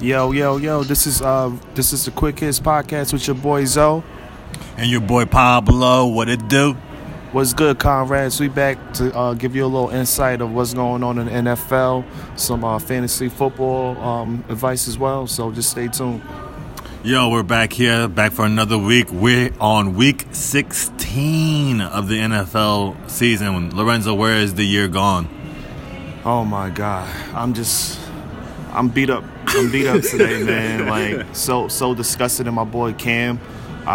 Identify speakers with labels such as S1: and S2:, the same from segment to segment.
S1: Yo, yo, yo! This is uh, this is the Quick Hits podcast with your boy Zoe.
S2: And your boy Pablo, what it do?
S1: What's good, comrades? We back to uh, give you a little insight of what's going on in the NFL, some uh, fantasy football um, advice as well. So just stay tuned.
S2: Yo, we're back here, back for another week. We're on week 16 of the NFL season. Lorenzo, where is the year gone?
S1: Oh my God, I'm just, I'm beat up. I'm beat up today, man. Like so, so disgusted in my boy Cam. I, I,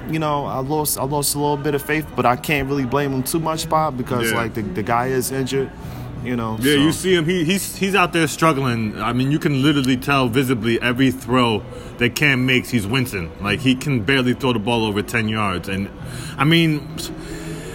S1: I- you know, I lost, I lost a little bit of faith, but I can't really blame him too much, Bob, because
S2: Yeah.
S1: like the, the guy is injured. You know.
S2: Yeah,
S1: so.
S2: you see him. He, he's he's out there struggling. I mean, you can literally tell visibly every throw that Cam makes, he's wincing. Like he can barely throw the ball over ten yards. And I mean,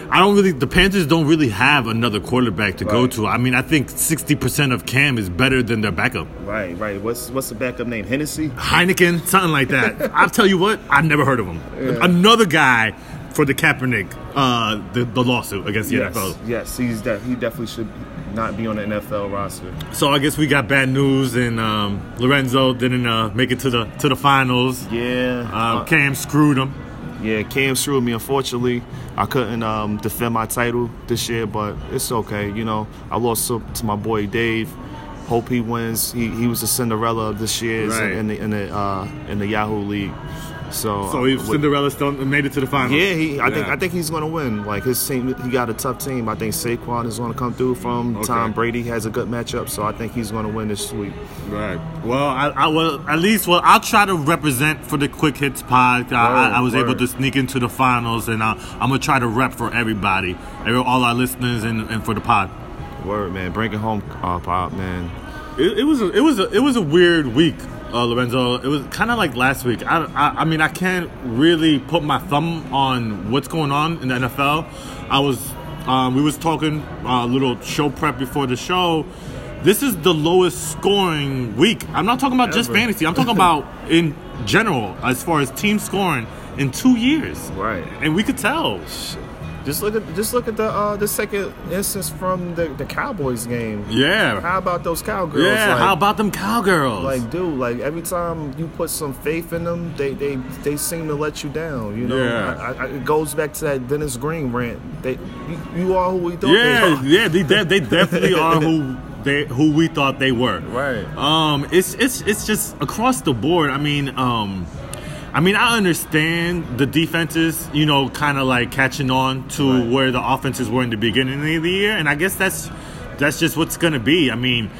S2: I don't really. The Panthers don't really have another quarterback to go
S1: Right.
S2: to. I mean, I think sixty percent of Cam is better than their backup.
S1: Right, right. What's what's the backup name? Hennessy.
S2: Heineken, something like that. I'll tell you what, I've never heard of him. Another guy for the Kaepernick, uh, the, the lawsuit against the NFL.
S1: yes. He's de- he definitely should not be on the NFL roster.
S2: So I guess we got bad news, and um, Lorenzo didn't uh, make it to the to the finals.
S1: Yeah.
S2: Uh, Cam screwed him.
S1: yeah. Cam screwed me. Unfortunately, I couldn't um, defend my title this year, but it's okay. You know, I lost to, to my boy Dave. Hope he wins. He he was the Cinderella of this year
S2: Right.
S1: in the in the uh, in the Yahoo League. So
S2: So he,
S1: uh,
S2: Cinderella still made it to the finals.
S1: Yeah, he. I think
S2: Yeah.
S1: I think he's going to win. Like his team, he got a tough team. I think Saquon is going to come through from
S2: Okay.
S1: Tom Brady has a good matchup, so I think he's going to win this week.
S2: Right. Well, I, I will at least. Well, I'll try to represent for the Quick Hits pod. I, I, I was
S1: Oh, Word,
S2: able to
S1: word.
S2: sneak into the finals, and I, I'm gonna try to rep for everybody, every- all our listeners, and, and for the pod.
S1: Word, man, bring it home, uh, Pop, man.
S2: It, it was a, it was a, it was a weird week, uh, Lorenzo. It was kind of like last week. I, I I mean I can't really put my thumb on what's going on in the NFL. I was um, we was talking uh, a little show prep before the show. This is the lowest scoring week. I'm not talking about just
S1: Ever.
S2: fantasy. I'm talking about in general as far as team scoring in two years.
S1: Right.
S2: And we could tell.
S1: Just look at just look at the uh, the second instance from the, the Cowboys game.
S2: Yeah.
S1: How about those cowgirls?
S2: Yeah.
S1: Like,
S2: How about them cowgirls?
S1: like, dude, like every time you put some faith in them, they they, they seem to let you down. You know,
S2: Yeah.
S1: I, I, it goes back to that Dennis Green rant. They, you, you are who we thought they
S2: Yeah,
S1: are.
S2: yeah, they, de- they definitely are who they who we thought they were.
S1: Right.
S2: Um, it's it's it's just across the board. I mean, um, I mean, I understand the defenses, you know, kind of like catching on to
S1: Right.
S2: where the offenses were in the beginning of the year, and I guess that's that's just what's gonna be. I mean,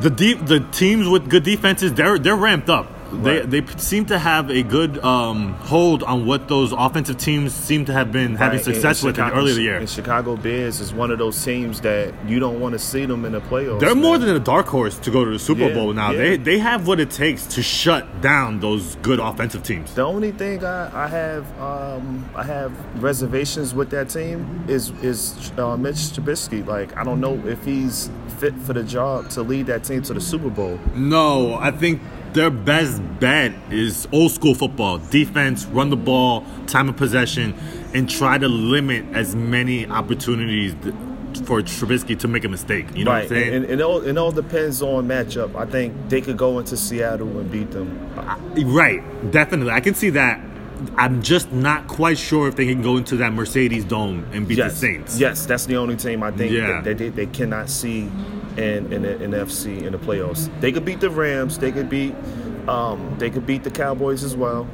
S2: the deep the teams with good defenses they're they're ramped up.
S1: Right.
S2: They, they seem to have a good um, hold on what those offensive teams seem to have been having
S1: Right, and-
S2: success
S1: and
S2: with in
S1: Chicago-
S2: earlier year.
S1: And Chicago Bears is one of those teams that you don't want to see them in the playoffs.
S2: They're
S1: man.
S2: more than a dark horse to go to the Super
S1: Yeah,
S2: Bowl now.
S1: yeah.
S2: They they have what it takes to shut down those good offensive teams.
S1: The only thing I, I have um, I have reservations with that team is is uh, Mitch Trubisky. Like I don't know if he's fit for the job to lead that team to the Super Bowl.
S2: No, I think their best bet is old school football. Defense, run the ball, time of possession, and try to limit as many opportunities th- for Trubisky to make a mistake. You know
S1: right,
S2: what I'm saying?
S1: and, and it all it all depends on matchup. I think they could go into Seattle and beat them.
S2: right, definitely. I can see that. I'm just not quite sure if they can go into that Mercedes Dome and beat the Saints.
S1: yes, that's the only team I think
S2: Yeah.
S1: that they, they cannot see in in the in the FC in the playoffs. They could beat the Rams. They could beat um, they could beat the Cowboys as well.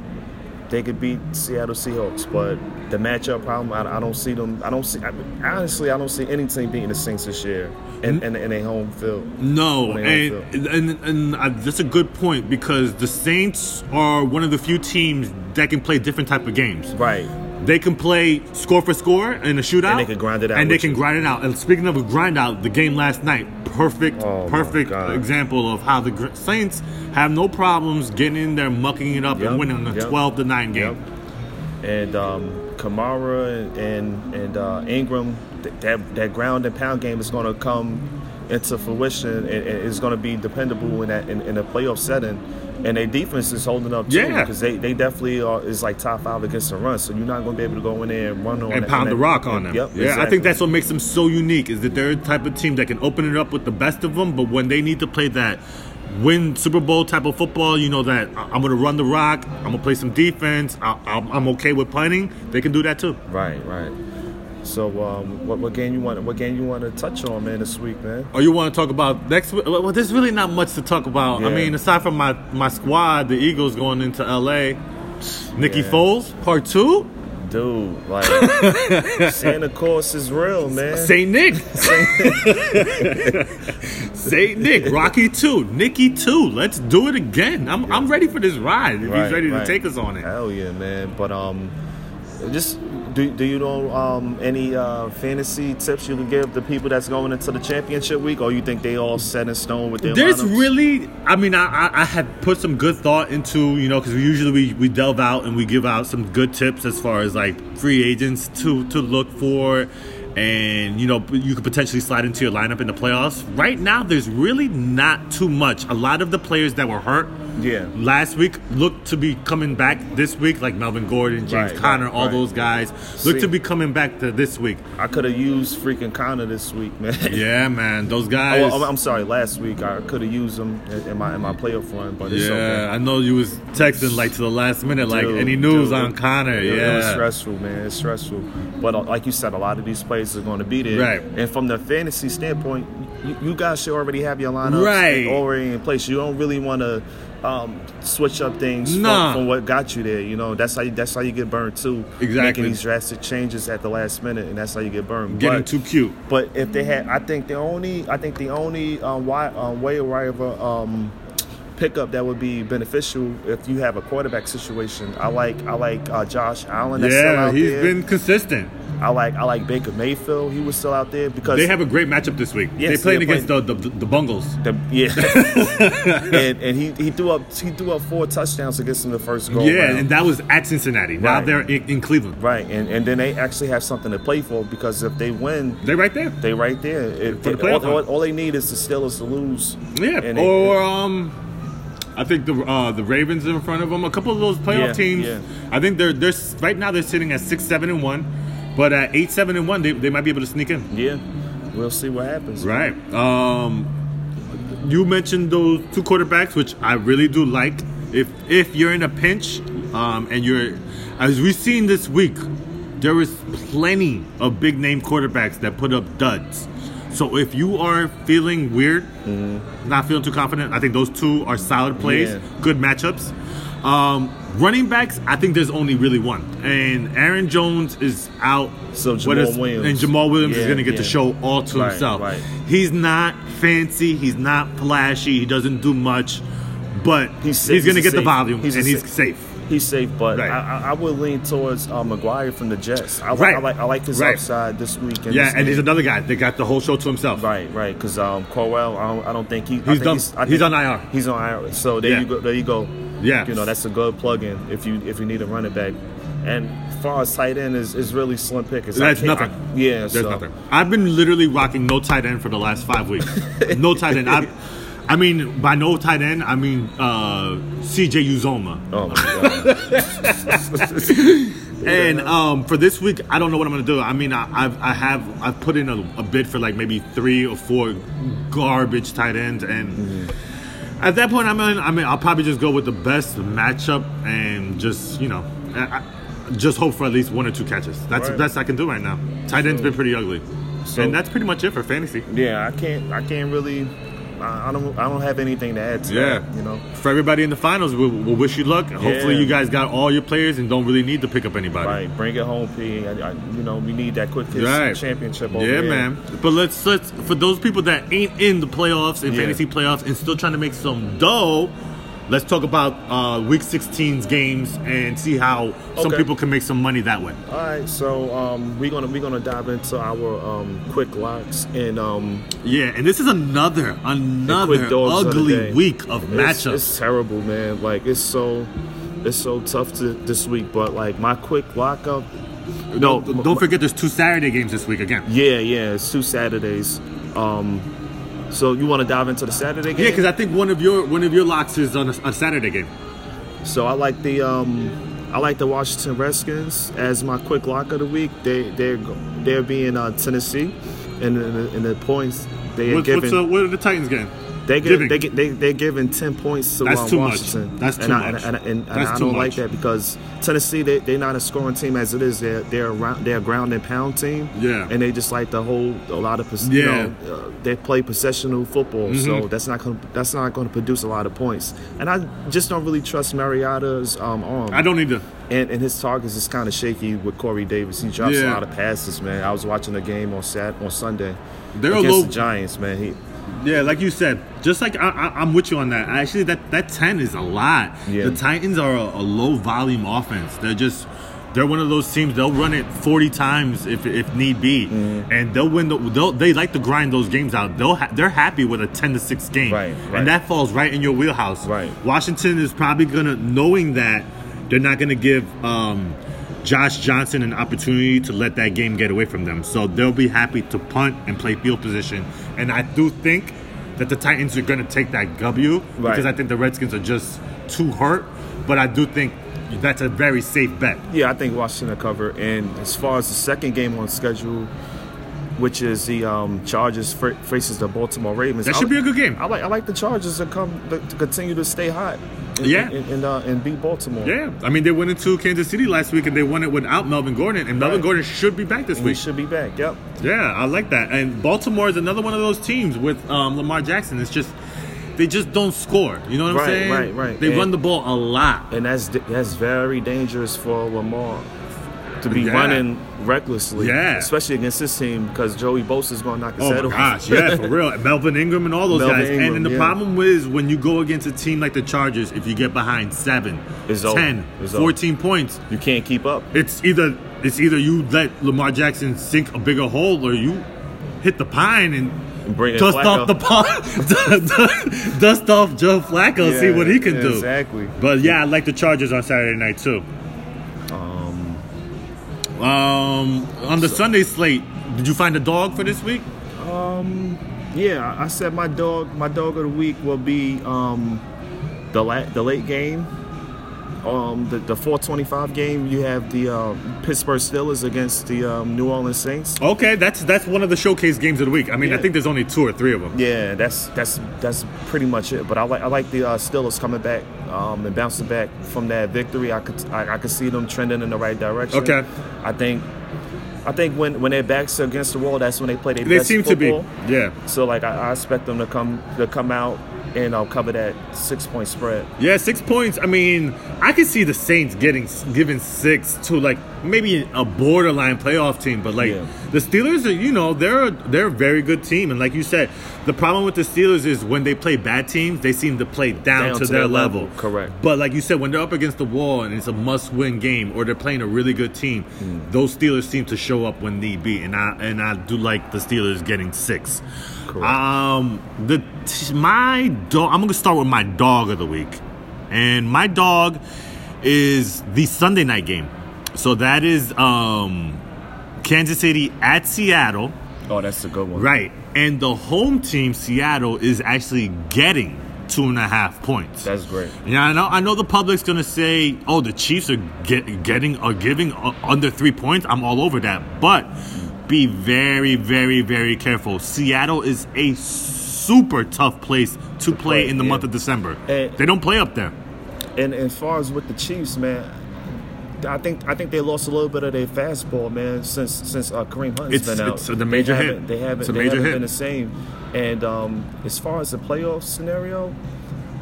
S1: They could beat Seattle Seahawks, but the matchup problem, I, I don't see them. I don't see. I mean, honestly, I don't see any team beating the Saints this year in, in, in a home field.
S2: No,
S1: On their own
S2: and and, and uh, that's a good point because the Saints are one of the few teams that can play different type of games.
S1: Right.
S2: They can play score for score in a shootout,
S1: And they can grind it out
S2: And they
S1: with
S2: can
S1: you.
S2: grind it out. And speaking of a grind out, the game last night, perfect,
S1: Oh, my
S2: perfect
S1: God.
S2: example of how the Gr- Saints have no problems getting in there, mucking it up,
S1: Yep,
S2: and winning a
S1: yep,
S2: twelve to nine game.
S1: Yep. And um, Kamara and and, and uh, Ingram, th- that that ground and pound game is going to come into fruition and, and it's going to be dependable in that in, in a playoff setting. And their defense is holding up too
S2: Yeah.
S1: because they, they definitely are is like top five against the run. So you're not going to be able to go in there and run on
S2: and
S1: that-
S2: pound
S1: that-
S2: the rock on them.
S1: Yep,
S2: yeah, I
S1: exactly.
S2: think that's what makes them so unique is that they're the type of team that can open it up with the best of them, but when they need to play that win Super Bowl type of football. You know that I- I'm going to run the rock. I'm going to play some defense. I- I'm I'm okay with punting. They can do that too.
S1: Right, right. So, um, what, what game you want? What game you want to touch on, man, this week, man?
S2: Or Oh, you want to talk about next? week? Well, there's really not much to talk about. I
S1: Yeah.
S2: mean, aside from my my squad, the Eagles going into L.A. Nikki
S1: Yeah.
S2: Foles, part two.
S1: Dude, like Santa Claus is real, man.
S2: Saint Nick. Saint Nick. Rocky 2. Nikki 2. Let's do it again. I'm, I'm ready for this ride. If he's
S1: Right,
S2: ready
S1: right.
S2: to take us on it.
S1: Hell yeah, man. But um, just do, do you know um any uh fantasy tips you can give the people that's going into the championship week, or you think they all set in stone with their
S2: There's
S1: lineups?
S2: really, I mean, I, I, I had put some good thought into, you know, because we usually we, we delve out and we give out some good tips as far as like free agents to to look for, and you know you could potentially slide into your lineup in the playoffs. Right now, there's really not too much. A lot of the players that were hurt,
S1: Yeah.
S2: last week looked to be coming back this week, like Melvin Gordon, James
S1: Right,
S2: Conner,
S1: right,
S2: all
S1: right.
S2: those guys look
S1: See.
S2: to be coming back to this week.
S1: I could have used freaking Connor this week, man.
S2: Yeah, man, those guys.
S1: Oh, I'm- I'm sorry. Last week I could have used him in in my in my playoff run, but it's
S2: Yeah,
S1: okay.
S2: I know you was texting like to the last minute, like
S1: Dude,
S2: any news
S1: dude,
S2: on
S1: it-
S2: Connor.
S1: it- it was
S2: yeah,
S1: stressful, man. It's stressful. But uh, like you said, a lot of these players are going to be there.
S2: Right.
S1: And from the fantasy standpoint, you, you guys should already have your lineups
S2: Right.
S1: and already in place. You don't really want to um, switch up things from-
S2: Nah.
S1: from, what got you there. You know, that's how you, that's how you get burned too.
S2: Exactly.
S1: Making these drastic changes at the last minute, and that's how you get burned.
S2: getting
S1: But-
S2: too cute.
S1: but if they had, I think the only, I think the only um, why, um, way or of um, pickup that would be beneficial if you have a quarterback situation. I like, I like uh, Josh Allen. That's still
S2: Yeah,
S1: out
S2: he's
S1: there.
S2: been consistent.
S1: I like, I like Baker Mayfield. He was still out there because
S2: They have a great matchup this week.
S1: Yes,
S2: they playing
S1: they're
S2: against the, the the Bungles.
S1: the, yeah, and, and he, he threw up, he threw up four touchdowns against him the first goal.
S2: yeah,
S1: round.
S2: and that was at Cincinnati.
S1: Oh,
S2: Now
S1: Right.
S2: they're in, in Cleveland.
S1: right, and and then they actually have something to play for because if they win.
S2: They're right there.
S1: They right there. It,
S2: For the
S1: all,
S2: playoff
S1: all,
S2: hunt.
S1: all they need is the Steelers to lose.
S2: Yeah,
S1: And they-
S2: or um, I think the uh, the Ravens in front of them. A couple of those playoff
S1: Yeah,
S2: teams.
S1: yeah.
S2: I think they're they're s- right now they're sitting at six seven and one, but at eight seven and one they, they might be able to sneak in.
S1: Yeah, we'll see what happens.
S2: Right. Um, you mentioned those two quarterbacks, which I really do like. If if you're in a pinch, um, and you're, as we've seen this week, there is plenty of big name quarterbacks that put up duds. So if you are feeling weird, not feeling too confident, I think those two are solid plays,
S1: Mm-hmm. Yeah.
S2: good matchups. Um, running backs, I think there's only really one, and Aaron Jones is out.
S1: So
S2: with
S1: Jamal
S2: us-
S1: Williams.
S2: and Jamal Williams is
S1: Yeah,
S2: going to get the
S1: yeah.
S2: show all to
S1: Right,
S2: himself.
S1: right.
S2: He's not fancy. He's not flashy. He doesn't do much, but
S1: He's
S2: he's,
S1: safe,
S2: going to
S1: he's
S2: get the
S1: safe.
S2: volume
S1: He's
S2: and he's
S1: safe.
S2: safe.
S1: He's safe, but
S2: Right.
S1: I, I, I would lean towards uh, McGuire from the Jets. I, like
S2: Right.
S1: I like I like his
S2: Right.
S1: upside this week. And
S2: Yeah,
S1: this
S2: and he's
S1: game.
S2: another guy that got the whole show to himself.
S1: right, right. Because um, Corwell, I don't, I don't think he. I
S2: He's
S1: think
S2: done.
S1: I
S2: He's
S1: think
S2: on IR.
S1: He's on IR. So there
S2: Yeah.
S1: you go. There you go.
S2: Yeah.
S1: you know that's a good plug-in if you if you need a running back. And as far as tight end is is really slim pickings. I
S2: That's
S1: can't-
S2: nothing.
S1: I- yeah,
S2: There's
S1: so.
S2: nothing. I've been literally rocking no tight end for the last five weeks. no tight end. I, I mean, by no tight end, I mean uh, CJ Uzoma.
S1: Oh my god.
S2: And um, for this week, I don't know what I'm gonna do. I mean, I, I've I have I've put in a, a bid for like maybe three or four garbage tight ends, and
S1: Mm-hmm.
S2: at that point, I'm in, I mean, I'll probably just go with the best matchup and just you know, I, I just hope for at least one or two catches. That's the
S1: Right.
S2: best I can do right now. Tight end's been pretty ugly,
S1: So-
S2: and that's pretty much it for fantasy.
S1: yeah, I can't I can't really. I, I don't I don't have anything to add to that. You know.
S2: For everybody in the finals, we'll, we'll wish you luck. Hopefully,
S1: Yeah.
S2: you guys got all your players and don't really need to pick up anybody.
S1: Right, bring it home, P. I, I, you know, we need that quick hits
S2: Right.
S1: championship. Over
S2: Yeah,
S1: here.
S2: man. But let's let's for those people that ain't in the playoffs and
S1: Yeah.
S2: fantasy playoffs and still trying to make some dough, let's talk about uh, week 16's games and see how some
S1: Okay.
S2: people can make some money that way.
S1: All right, so um, we're gonna we're gonna dive into our um, quick locks and um,
S2: Yeah, and this is another
S1: the
S2: another
S1: quick dogs of the
S2: ugly
S1: day.
S2: week of
S1: It's-
S2: matchups.
S1: It's, terrible, man. Like it's so it's so tough to this week. But like my quick lock up. No,
S2: don't don't forget, there's two Saturday games this week again.
S1: Yeah, yeah, it's two Saturdays. Um, so you want to dive into the Saturday game?
S2: Yeah, because I think one of your one of your locks is on a, a Saturday game.
S1: So I like the um, I like the Washington Redskins as my quick lock of the week. They they they're being uh, Tennessee, and in the, in the points they are
S2: What, what's
S1: giving
S2: uh, what are the Titans game?
S1: They give,
S2: Giving.
S1: they get they they're giving ten points to
S2: That's
S1: uh,
S2: too much.
S1: Washington.
S2: That's
S1: and
S2: too
S1: I,
S2: much.
S1: And, and, and, and
S2: That's
S1: I
S2: too
S1: don't like
S2: much.
S1: that because Tennessee they they're not a scoring team as it is. They're they're around, they're a ground and pound team.
S2: Yeah.
S1: and they just like to hold a lot of pos-
S2: Yeah. Mm-hmm.
S1: You know, uh, they play possessional football, so that's not gonna, that's not going to produce a lot of points. And I just don't really trust Mariota's um, arm.
S2: I don't need to.
S1: And, and his targets is kind of shaky with Corey Davis. He drops
S2: Yeah.
S1: a lot of passes, man. I was watching the game on Sat on Sunday
S2: They're a
S1: against
S2: low-
S1: the Giants, man. He
S2: Yeah, like you said, just like I, I, I'm with you on that. Actually, that that ten is a lot.
S1: Yeah.
S2: The Titans are a, a low volume offense. They're just they're one of those teams. They'll run it 40 times if, if need be,
S1: Mm-hmm.
S2: and they'll win. The, they'll, they like to grind those games out. They'll ha- they're happy with a 10 to six game,
S1: Right, right.
S2: and that falls right in your wheelhouse.
S1: Right.
S2: Washington is probably gonna knowing that they're not gonna give. Um, Josh Johnson an opportunity to let that game get away from them. So they'll be happy to punt and play field position. And I do think that the Titans are going to take that W because
S1: Right.
S2: I think the Redskins are just too hurt. But I do think that's a very safe bet.
S1: Yeah, I think Washington will cover. And as far as the second game on schedule, which is the um, Chargers fr- faces the Baltimore Ravens,
S2: That should be a good game.
S1: I like I like the Chargers to come to to continue to stay hot. And,
S2: Yeah.
S1: and and, uh, and beat Baltimore.
S2: Yeah, I mean they went into Kansas City last week and they won it without Melvin Gordon, and Melvin
S1: Right.
S2: Gordon should be back this
S1: we
S2: week.
S1: should be back. Yep.
S2: Yeah, I like that. And Baltimore is another one of those teams with um, Lamar Jackson. It's just they just don't score. You know what I'm
S1: Right,
S2: saying?
S1: right, right.
S2: They
S1: And-
S2: run the ball a lot.
S1: And that's that's very dangerous for Lamar to be
S2: Yeah.
S1: running recklessly.
S2: Yeah.
S1: Especially against this team because Joey Bosa is going to knock his
S2: Oh
S1: head
S2: my
S1: off.
S2: gosh, yeah, for real. Melvin Ingram and all those
S1: Melvin
S2: guys. and then
S1: Ingram,
S2: the
S1: yeah.
S2: problem is when you go against a team like the Chargers, if you get behind seven,
S1: It's over.
S2: 10,
S1: It's over.
S2: 14 points,
S1: you can't keep up.
S2: it's either it's either you let Lamar Jackson sink a bigger hole or you hit the pine and
S1: Bring in
S2: dust
S1: Flacco.
S2: off the pine, dust off Joe Flacco, see
S1: Yeah,
S2: what he can
S1: yeah,
S2: do.
S1: exactly.
S2: But yeah, I like the Chargers on Saturday night too. Um, on the Sunday slate, did you find a dog for this week?
S1: Yeah, I said my dog. My dog of the week will be um, the la- the late game, um, the the four twenty five game. You have the um, Pittsburgh Steelers against the um, New Orleans Saints.
S2: Okay, that's that's one of the showcase games of the week. I mean, I
S1: Yeah.
S2: think there's only two or three of them.
S1: Yeah, that's that's that's pretty much it. But I like I like the uh, Steelers coming back um, and bouncing back from that victory. I could I, I could see them trending in the right direction.
S2: Okay.
S1: I think I think when when their backs are against the wall, that's when they play their
S2: They
S1: best
S2: seem
S1: football.
S2: to be. Yeah.
S1: So like I, I expect them to come to come out and I'll cover that six point spread.
S2: Yeah, six points. I mean, I could see the Saints getting given six to like maybe a borderline playoff team, but like
S1: Yeah.
S2: the Steelers are, you know, they're a, they're a very good team, and like you said, the problem with the Steelers is when they play bad teams, they seem to play down, to, their, level.
S1: Correct.
S2: But like you said, when they're up against the wall and it's a must-win game, or they're playing a really good team, those Steelers seem to show up when need be, and I and I do like the Steelers getting six.
S1: Correct.
S2: Um, the t- my dog. I'm gonna start with my dog of the week, and my dog is the Sunday night game. So that is um, Kansas City at Seattle.
S1: Oh, that's a good one.
S2: Right. And the home team, Seattle, is actually getting two and a half points.
S1: That's great.
S2: yeah, I know. I know the public's gonna say, "Oh, the Chiefs are get, getting or giving uh, under three points." I'm all over that, but be very, very, very careful. Seattle is a super tough place to play
S1: play,
S2: in the
S1: yeah. Eh.
S2: month of December.
S1: And-
S2: they don't play up there.
S1: And as far as with the Chiefs, man, I think I think they lost a little bit of their fastball, man, since since uh, Kareem Hunt's
S2: It's-
S1: been out.
S2: it's a- the major
S1: they
S2: hit.
S1: haven't- They haven't
S2: It's a
S1: they
S2: major
S1: haven't
S2: hit.
S1: been the same. And um, as far as the playoff scenario,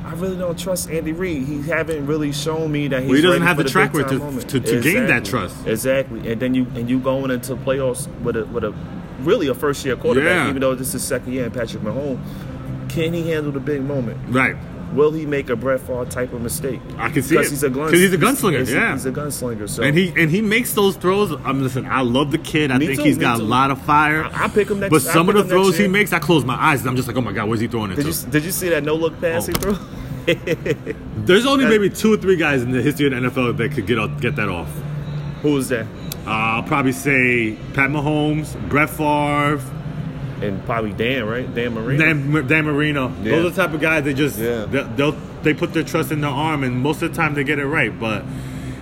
S1: I really don't trust Andy Reid. He haven't really shown me that he's
S2: Well, he doesn't
S1: ready
S2: have
S1: for
S2: the track
S1: big-time
S2: record to-
S1: moment.
S2: to- to gain that trust.
S1: Exactly. And then you and you going into playoffs with a with a really a first year quarterback,
S2: Yeah.
S1: even though this is second year and Patrick Mahomes. Can he handle the big moment?
S2: Right.
S1: Will he make a Brett Favre type of mistake?
S2: I can see
S1: because
S2: it.
S1: he's a gunslinger.
S2: 'Cause he's a gunslinger,
S1: He's,
S2: yeah.
S1: he's a gunslinger. So
S2: And he and he makes those throws. I'm listen. I love the kid. I
S1: Me
S2: think
S1: too,
S2: he's
S1: me
S2: got a
S1: too.
S2: lot of fire.
S1: I- I'll pick him next-
S2: But
S1: I'll
S2: some
S1: pick
S2: of the
S1: him next
S2: throws he
S1: year.
S2: makes, I close my eyes. and I'm just like, oh my god, where's he throwing it
S1: did
S2: to?
S1: you did you see that no look pass he
S2: Oh.
S1: threw?
S2: There's only maybe two or three guys in the history of the NFL that could get off, get that off.
S1: Who was that?
S2: Uh, I'll probably say Pat Mahomes, Brett Favre,
S1: And probably Dan, right? Dan Marino.
S2: Dan, Dan Marino.
S1: Yeah.
S2: Those are the type of guys that just
S1: Yeah.
S2: they, they'll they put their trust in their arm, and most of the time they get it right. But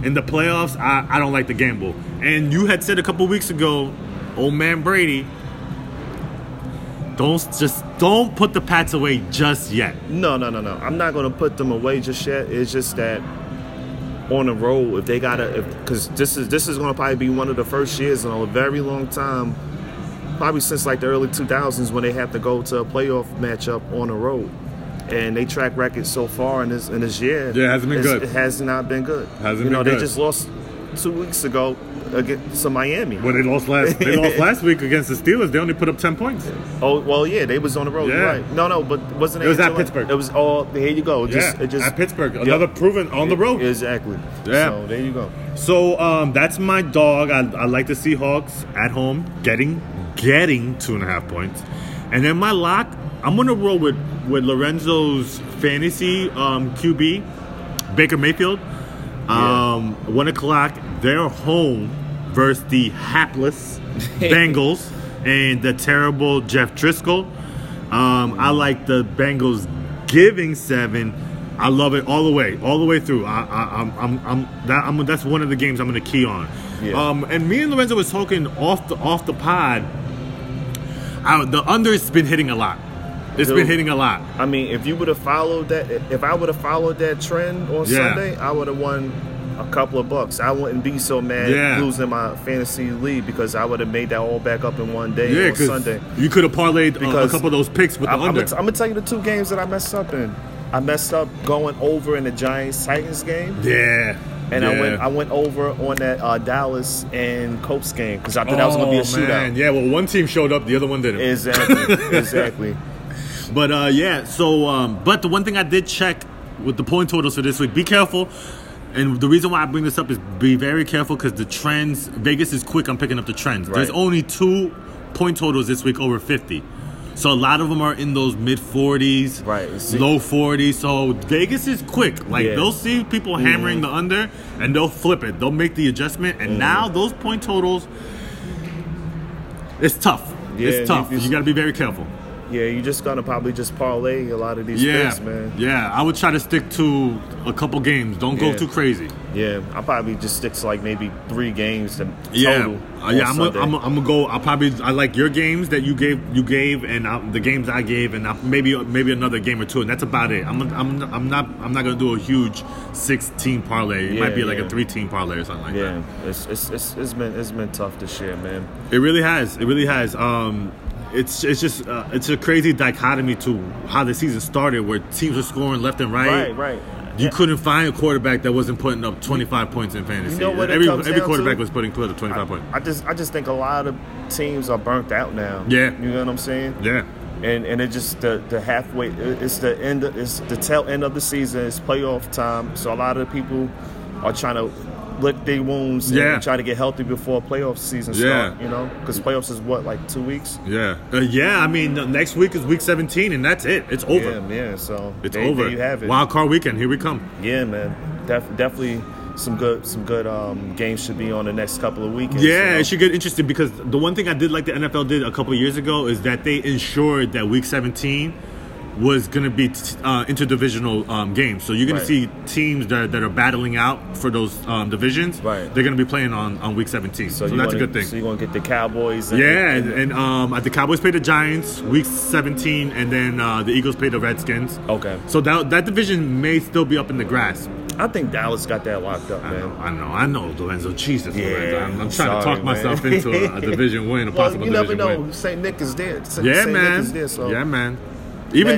S2: in the playoffs, I, I don't like to gamble. And you had said a couple weeks ago, old man Brady. Don't just don't put the Pats away just yet.
S1: No, no, no, no. I'm not gonna put them away just yet. It's just that on the road, if they gotta, because this is this is gonna probably be one of the first years in a very long time, probably since like the early 2000s when they have to go to a playoff matchup on the road. And they track record so far in this in this year,
S2: Yeah, it hasn't been
S1: it's-
S2: good.
S1: It has not been good.
S2: Hasn't
S1: you know,
S2: been
S1: they
S2: good.
S1: just lost two weeks ago against to Miami.
S2: Well, they lost last they lost last week against the Steelers. They only put up ten points.
S1: Oh well, yeah, they was on the road. you're
S2: Yeah.
S1: Right? No, no, but wasn't
S2: It was
S1: in
S2: at
S1: July?
S2: Pittsburgh.
S1: It was all. Here you go. It
S2: Yeah,
S1: just, it just
S2: at Pittsburgh,
S1: Yep.
S2: another proven on the road.
S1: Exactly.
S2: Yeah.
S1: So there you go.
S2: So um, that's my dog. I, I like the Seahawks at home, getting getting two and a half points. And then my lock, I'm gonna roll with with Lorenzo's fantasy um, QB, Baker Mayfield. Um, One o'clock, they're home versus the hapless Bengals and the terrible Jeff Driscoll. Um, I like the Bengals giving seven. I love it all the way, all the way through. I, I, I'm, I'm, I'm, that, I'm, that's one of the games I'm going to key on.
S1: Yeah.
S2: Um, and me and Lorenzo was talking off the off the pod. I, the under's been hitting a lot. It's been
S1: Dude.
S2: hitting a lot.
S1: I mean, if you would have followed that, if I would have followed that trend on
S2: Yeah.
S1: Sunday, I would have won a couple of bucks. I wouldn't be so mad
S2: Yeah.
S1: losing my fantasy league because I would have made that all back up in one day
S2: Yeah,
S1: on
S2: because
S1: Sunday.
S2: you could have parlayed uh, a- a,
S1: Because
S2: couple of those picks with
S1: I'm,
S2: the under.
S1: I'm gonna tell you the two games that I messed up in. I messed up going over in the Giants Titans game.
S2: yeah.
S1: And I went,
S2: Yeah.
S1: I went over on that uh, Dallas and Colts game because I thought that was gonna be a
S2: Oh,
S1: shootout.
S2: man. Yeah, well, one team showed up, the other one didn't.
S1: Exactly, exactly.
S2: But uh, yeah, so um, but the one thing I did check with the point totals for this week, be careful. And the reason why I bring this up is be very careful because the trends. Vegas is quick on picking up the trends. There's
S1: Right.
S2: only two point totals this week over 50. So a lot of them are in those mid 40s,
S1: Right, see-
S2: low 40s. So Vegas is quick. Like
S1: Yeah. Mm.
S2: they'll see people hammering the under, and they'll flip it. They'll make the adjustment, and now those point totals, it's tough.
S1: Yeah, you-
S2: it's tough.
S1: you-
S2: you got to be very careful.
S1: Yeah, you just gonna probably just parlay a lot of these
S2: Yeah,
S1: picks, man.
S2: yeah. I would try to stick to a couple games. Don't
S1: Yeah.
S2: go too crazy.
S1: Yeah, I probably just stick to like maybe three games to
S2: Yeah,
S1: total.
S2: Uh,
S1: on
S2: yeah. I'm gonna
S1: Sunday.
S2: I'm a, I'm gonna go. I probably I like your games that you gave you gave and I, the games I gave and I, maybe maybe another game or two and that's about it. I'm I'm I'm not I'm not gonna do a huge sixteen parlay. It
S1: Yeah,
S2: might be like
S1: yeah.
S2: a three team parlay or something like that.
S1: yeah, it's, it's it's it's been it's been tough this year, man.
S2: It really has. It really has. Um, it's it's just uh, it's a crazy dichotomy to how the season started, where teams were scoring left and right.
S1: Right, right.
S2: You couldn't find a quarterback that wasn't putting up 25 points in fantasy.
S1: You know what it
S2: every
S1: comes
S2: every
S1: down
S2: quarterback
S1: to?
S2: was putting put up 25 points.
S1: I just I just think a lot of teams are burnt out now.
S2: Yeah.
S1: you know what I'm saying.
S2: Yeah,
S1: And and it just the the halfway it- it's the end of, it's the tail end of the season. It's playoff time, so a lot of people are trying to lick their wounds
S2: Yeah.
S1: and try to get healthy before playoff season
S2: Yeah.
S1: start. You know, because playoffs is what like two weeks.
S2: yeah, uh, yeah. I mean, the next week is week 17, and that's it. It's over.
S1: Yeah, man. So
S2: It's
S1: there-
S2: over.
S1: There you have it.
S2: Wild card weekend. Here we come.
S1: Yeah, man. Def- definitely some good some good um, games should be on the next couple of weekends.
S2: Yeah,
S1: you know?
S2: it should get interesting because the one thing I did like the NFL did a couple years ago is that they ensured that Week 17 was going to be t- uh, interdivisional um, games. So you're going
S1: Right.
S2: to see teams that are, that are battling out for those um, divisions.
S1: Right.
S2: They're going to be playing on, on Week 17. So,
S1: you
S2: that's a
S1: wanna-
S2: good thing.
S1: So you're gonna get the Cowboys. And,
S2: yeah, and,
S1: and-
S2: and um, the Cowboys played the Giants Week 17, and then uh, the Eagles played the Redskins.
S1: okay.
S2: So that that division may still be up in the grass.
S1: I think Dallas got that locked up,
S2: I know,
S1: man.
S2: I know, I know, Lorenzo. Jesus,
S1: Yeah,
S2: Lorenzo. I'm, I'm trying
S1: sorry,
S2: to talk
S1: man.
S2: myself into a, a division win, a possible
S1: you never
S2: division
S1: know.
S2: win.
S1: Saint Nick is there. Saint,
S2: Yeah,
S1: Saint Nick
S2: man.
S1: is there. So
S2: Yeah, man. Even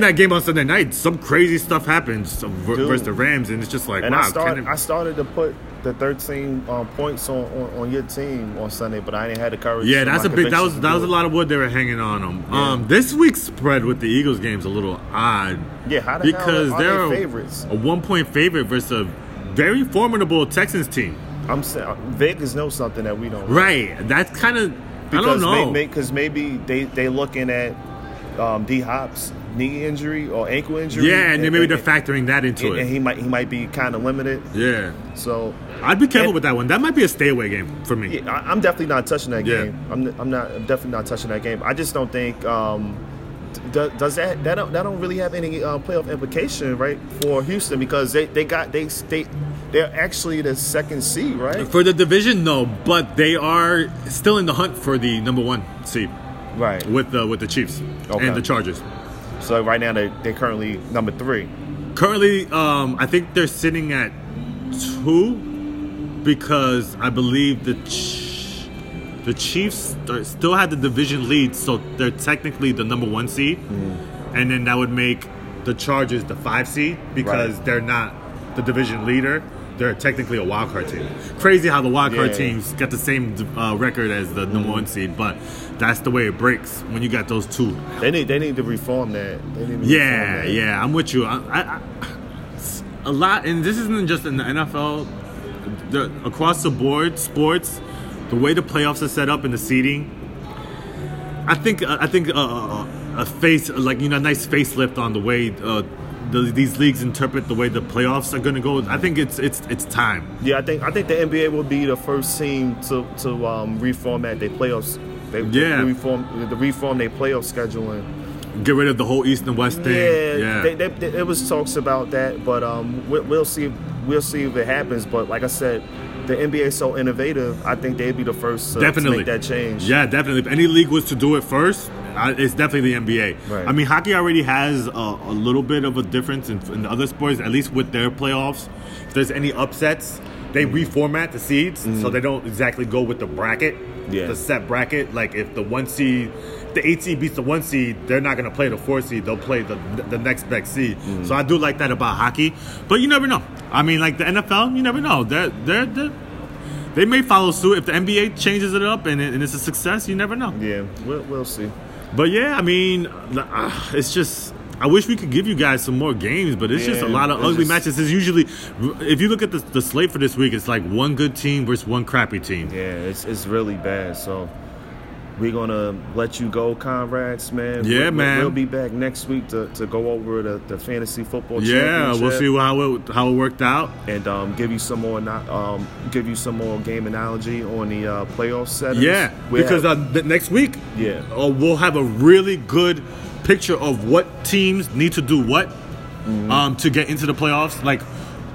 S1: Man.
S2: that game on Sunday night, some crazy stuff happens v-
S1: Dude.
S2: versus the Rams, and it's just like
S1: And
S2: wow.
S1: I started
S2: can it-
S1: I started to put the 13 um, points on, on on your team on Sunday, but I didn't have the courage.
S2: yeah,
S1: and my
S2: that's a big. That
S1: conviction
S2: was
S1: to
S2: that
S1: do
S2: was a
S1: it.
S2: lot of wood they were hanging on them. Um, this week's spread with the Eagles game's a little odd.
S1: Yeah, how the
S2: because
S1: hell are
S2: they're
S1: they
S2: a-
S1: favorites?
S2: A one point favorite versus a very formidable Texans team.
S1: I'm saying Vegas knows something that we don't.
S2: Right. That's kind of. I don't know.
S1: Because maybe they they looking at um, D Hop's knee injury or ankle injury.
S2: yeah, and, then maybe they're factoring that into
S1: and, and
S2: it.
S1: he might he might be kind of limited.
S2: yeah.
S1: So
S2: I'd be careful
S1: and-
S2: with that one. That might be a stay away game for me.
S1: yeah, I, I'm definitely not touching that
S2: Yeah.
S1: game. I'm, I'm not I'm definitely not touching that game. I just don't think. Um, does, does that that don't, that don't really have any uh, playoff implication, right, for Houston because they, they got they they they're actually the second seed, right?
S2: For the division, no, but they are still in the hunt for the number one seed.
S1: Right.
S2: with the with the Chiefs
S1: Okay.
S2: and the Chargers.
S1: So right now they they're currently number three.
S2: Currently, um, I think they're sitting at two because I believe the ch- the Chiefs are- still had the division lead, so they're technically the number one seed,
S1: Mm.
S2: and then that would make the Chargers the five seed because
S1: Right.
S2: they're not the division leader. They're technically a wild card team. Crazy how the wild card
S1: Yeah.
S2: teams got the same uh, record as the number one seed, but that's the way it breaks when you got those two
S1: They need they need to reform that. They need to reform
S2: yeah,
S1: that.
S2: yeah, I'm with you. I, I, I, a lot, and this isn't just in the NFL. The, across the board, sports, the way the playoffs are set up and the seating, I think I think uh, a face like you know a nice facelift on the way uh, the, these leagues interpret the way the playoffs are going to go. I think it's it's it's time.
S1: Yeah, I think I think the NBA will be the first team to to um, reformat their playoffs. They
S2: Yeah.
S1: reform the reform their playoff scheduling.
S2: Get rid of the whole East and West thing.
S1: Yeah, They, they, they, there was talks about that, but um, we, we'll see if, we'll see if it happens. But like I said, the NBA is so innovative. I think they'd be the first to, to
S2: definitely
S1: make that change.
S2: Yeah, definitely. If any league was to do it first, I, it's definitely the NBA.
S1: Right.
S2: I mean, hockey already has a, a little bit of a difference in, in the other sports, at least with their playoffs. If there's any upsets, they
S1: Mm.
S2: reformat the seeds so they don't exactly go with the bracket,
S1: Yeah.
S2: the set bracket. Like if the one seed, the eight seed beats the one seed, they're not gonna play the four seed. They'll play the the next best seed.
S1: Mm.
S2: So I do like that about hockey, but you never know. I mean, like the NFL, you never know. They're they're, they're they may follow suit if the NBA changes it up and, it, and it's a success. You never know.
S1: yeah. We'll, we'll see.
S2: But yeah, I mean, uh, it's just. I wish we could give you guys some more games, but it's just a
S1: Yeah,
S2: lot of
S1: it's
S2: ugly
S1: just-
S2: matches. It's usually, if you look at the, the slate for this week, it's like one good team versus one crappy team.
S1: Yeah, it's it's really bad. So we're gonna let you go, Conrads, man.
S2: Yeah,
S1: We'll-
S2: man.
S1: We'll be back next week to, to go over the, the fantasy football.
S2: Yeah, we'll
S1: championship
S2: see how it how it worked out.
S1: And um, give you some more, no- um, give you some more game analogy on the uh, playoff settings.
S2: Yeah,
S1: We
S2: because
S1: have-
S2: uh, th- next week,
S1: Yeah.
S2: uh, we'll have a really good picture of what teams need to do what
S1: Mm-hmm.
S2: um, to get into the playoffs. Like,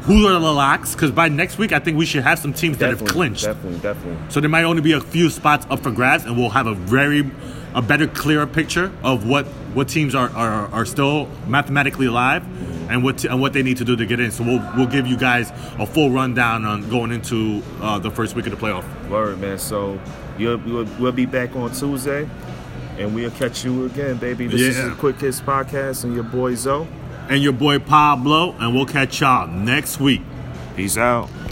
S2: who are the locks? Because by next week, I think we should have some teams that have
S1: definitely,
S2: clinched.
S1: Definitely, definitely.
S2: So there might only be a few spots up for grabs, and we'll have a very, a better, clearer picture of what what teams are are, are still mathematically alive, and what and what they need to do to get in. So we'll we'll give you guys a full rundown on going into uh, the first week of the playoff.
S1: Word, man. So you'll, you'll, we'll be back on Tuesday, and we'll catch you again, baby. This is
S2: Yeah.
S1: the Quick Hits Podcast, and your boy Zoe.
S2: and your boy Pablo, and we'll catch y'all next week.
S1: Peace out.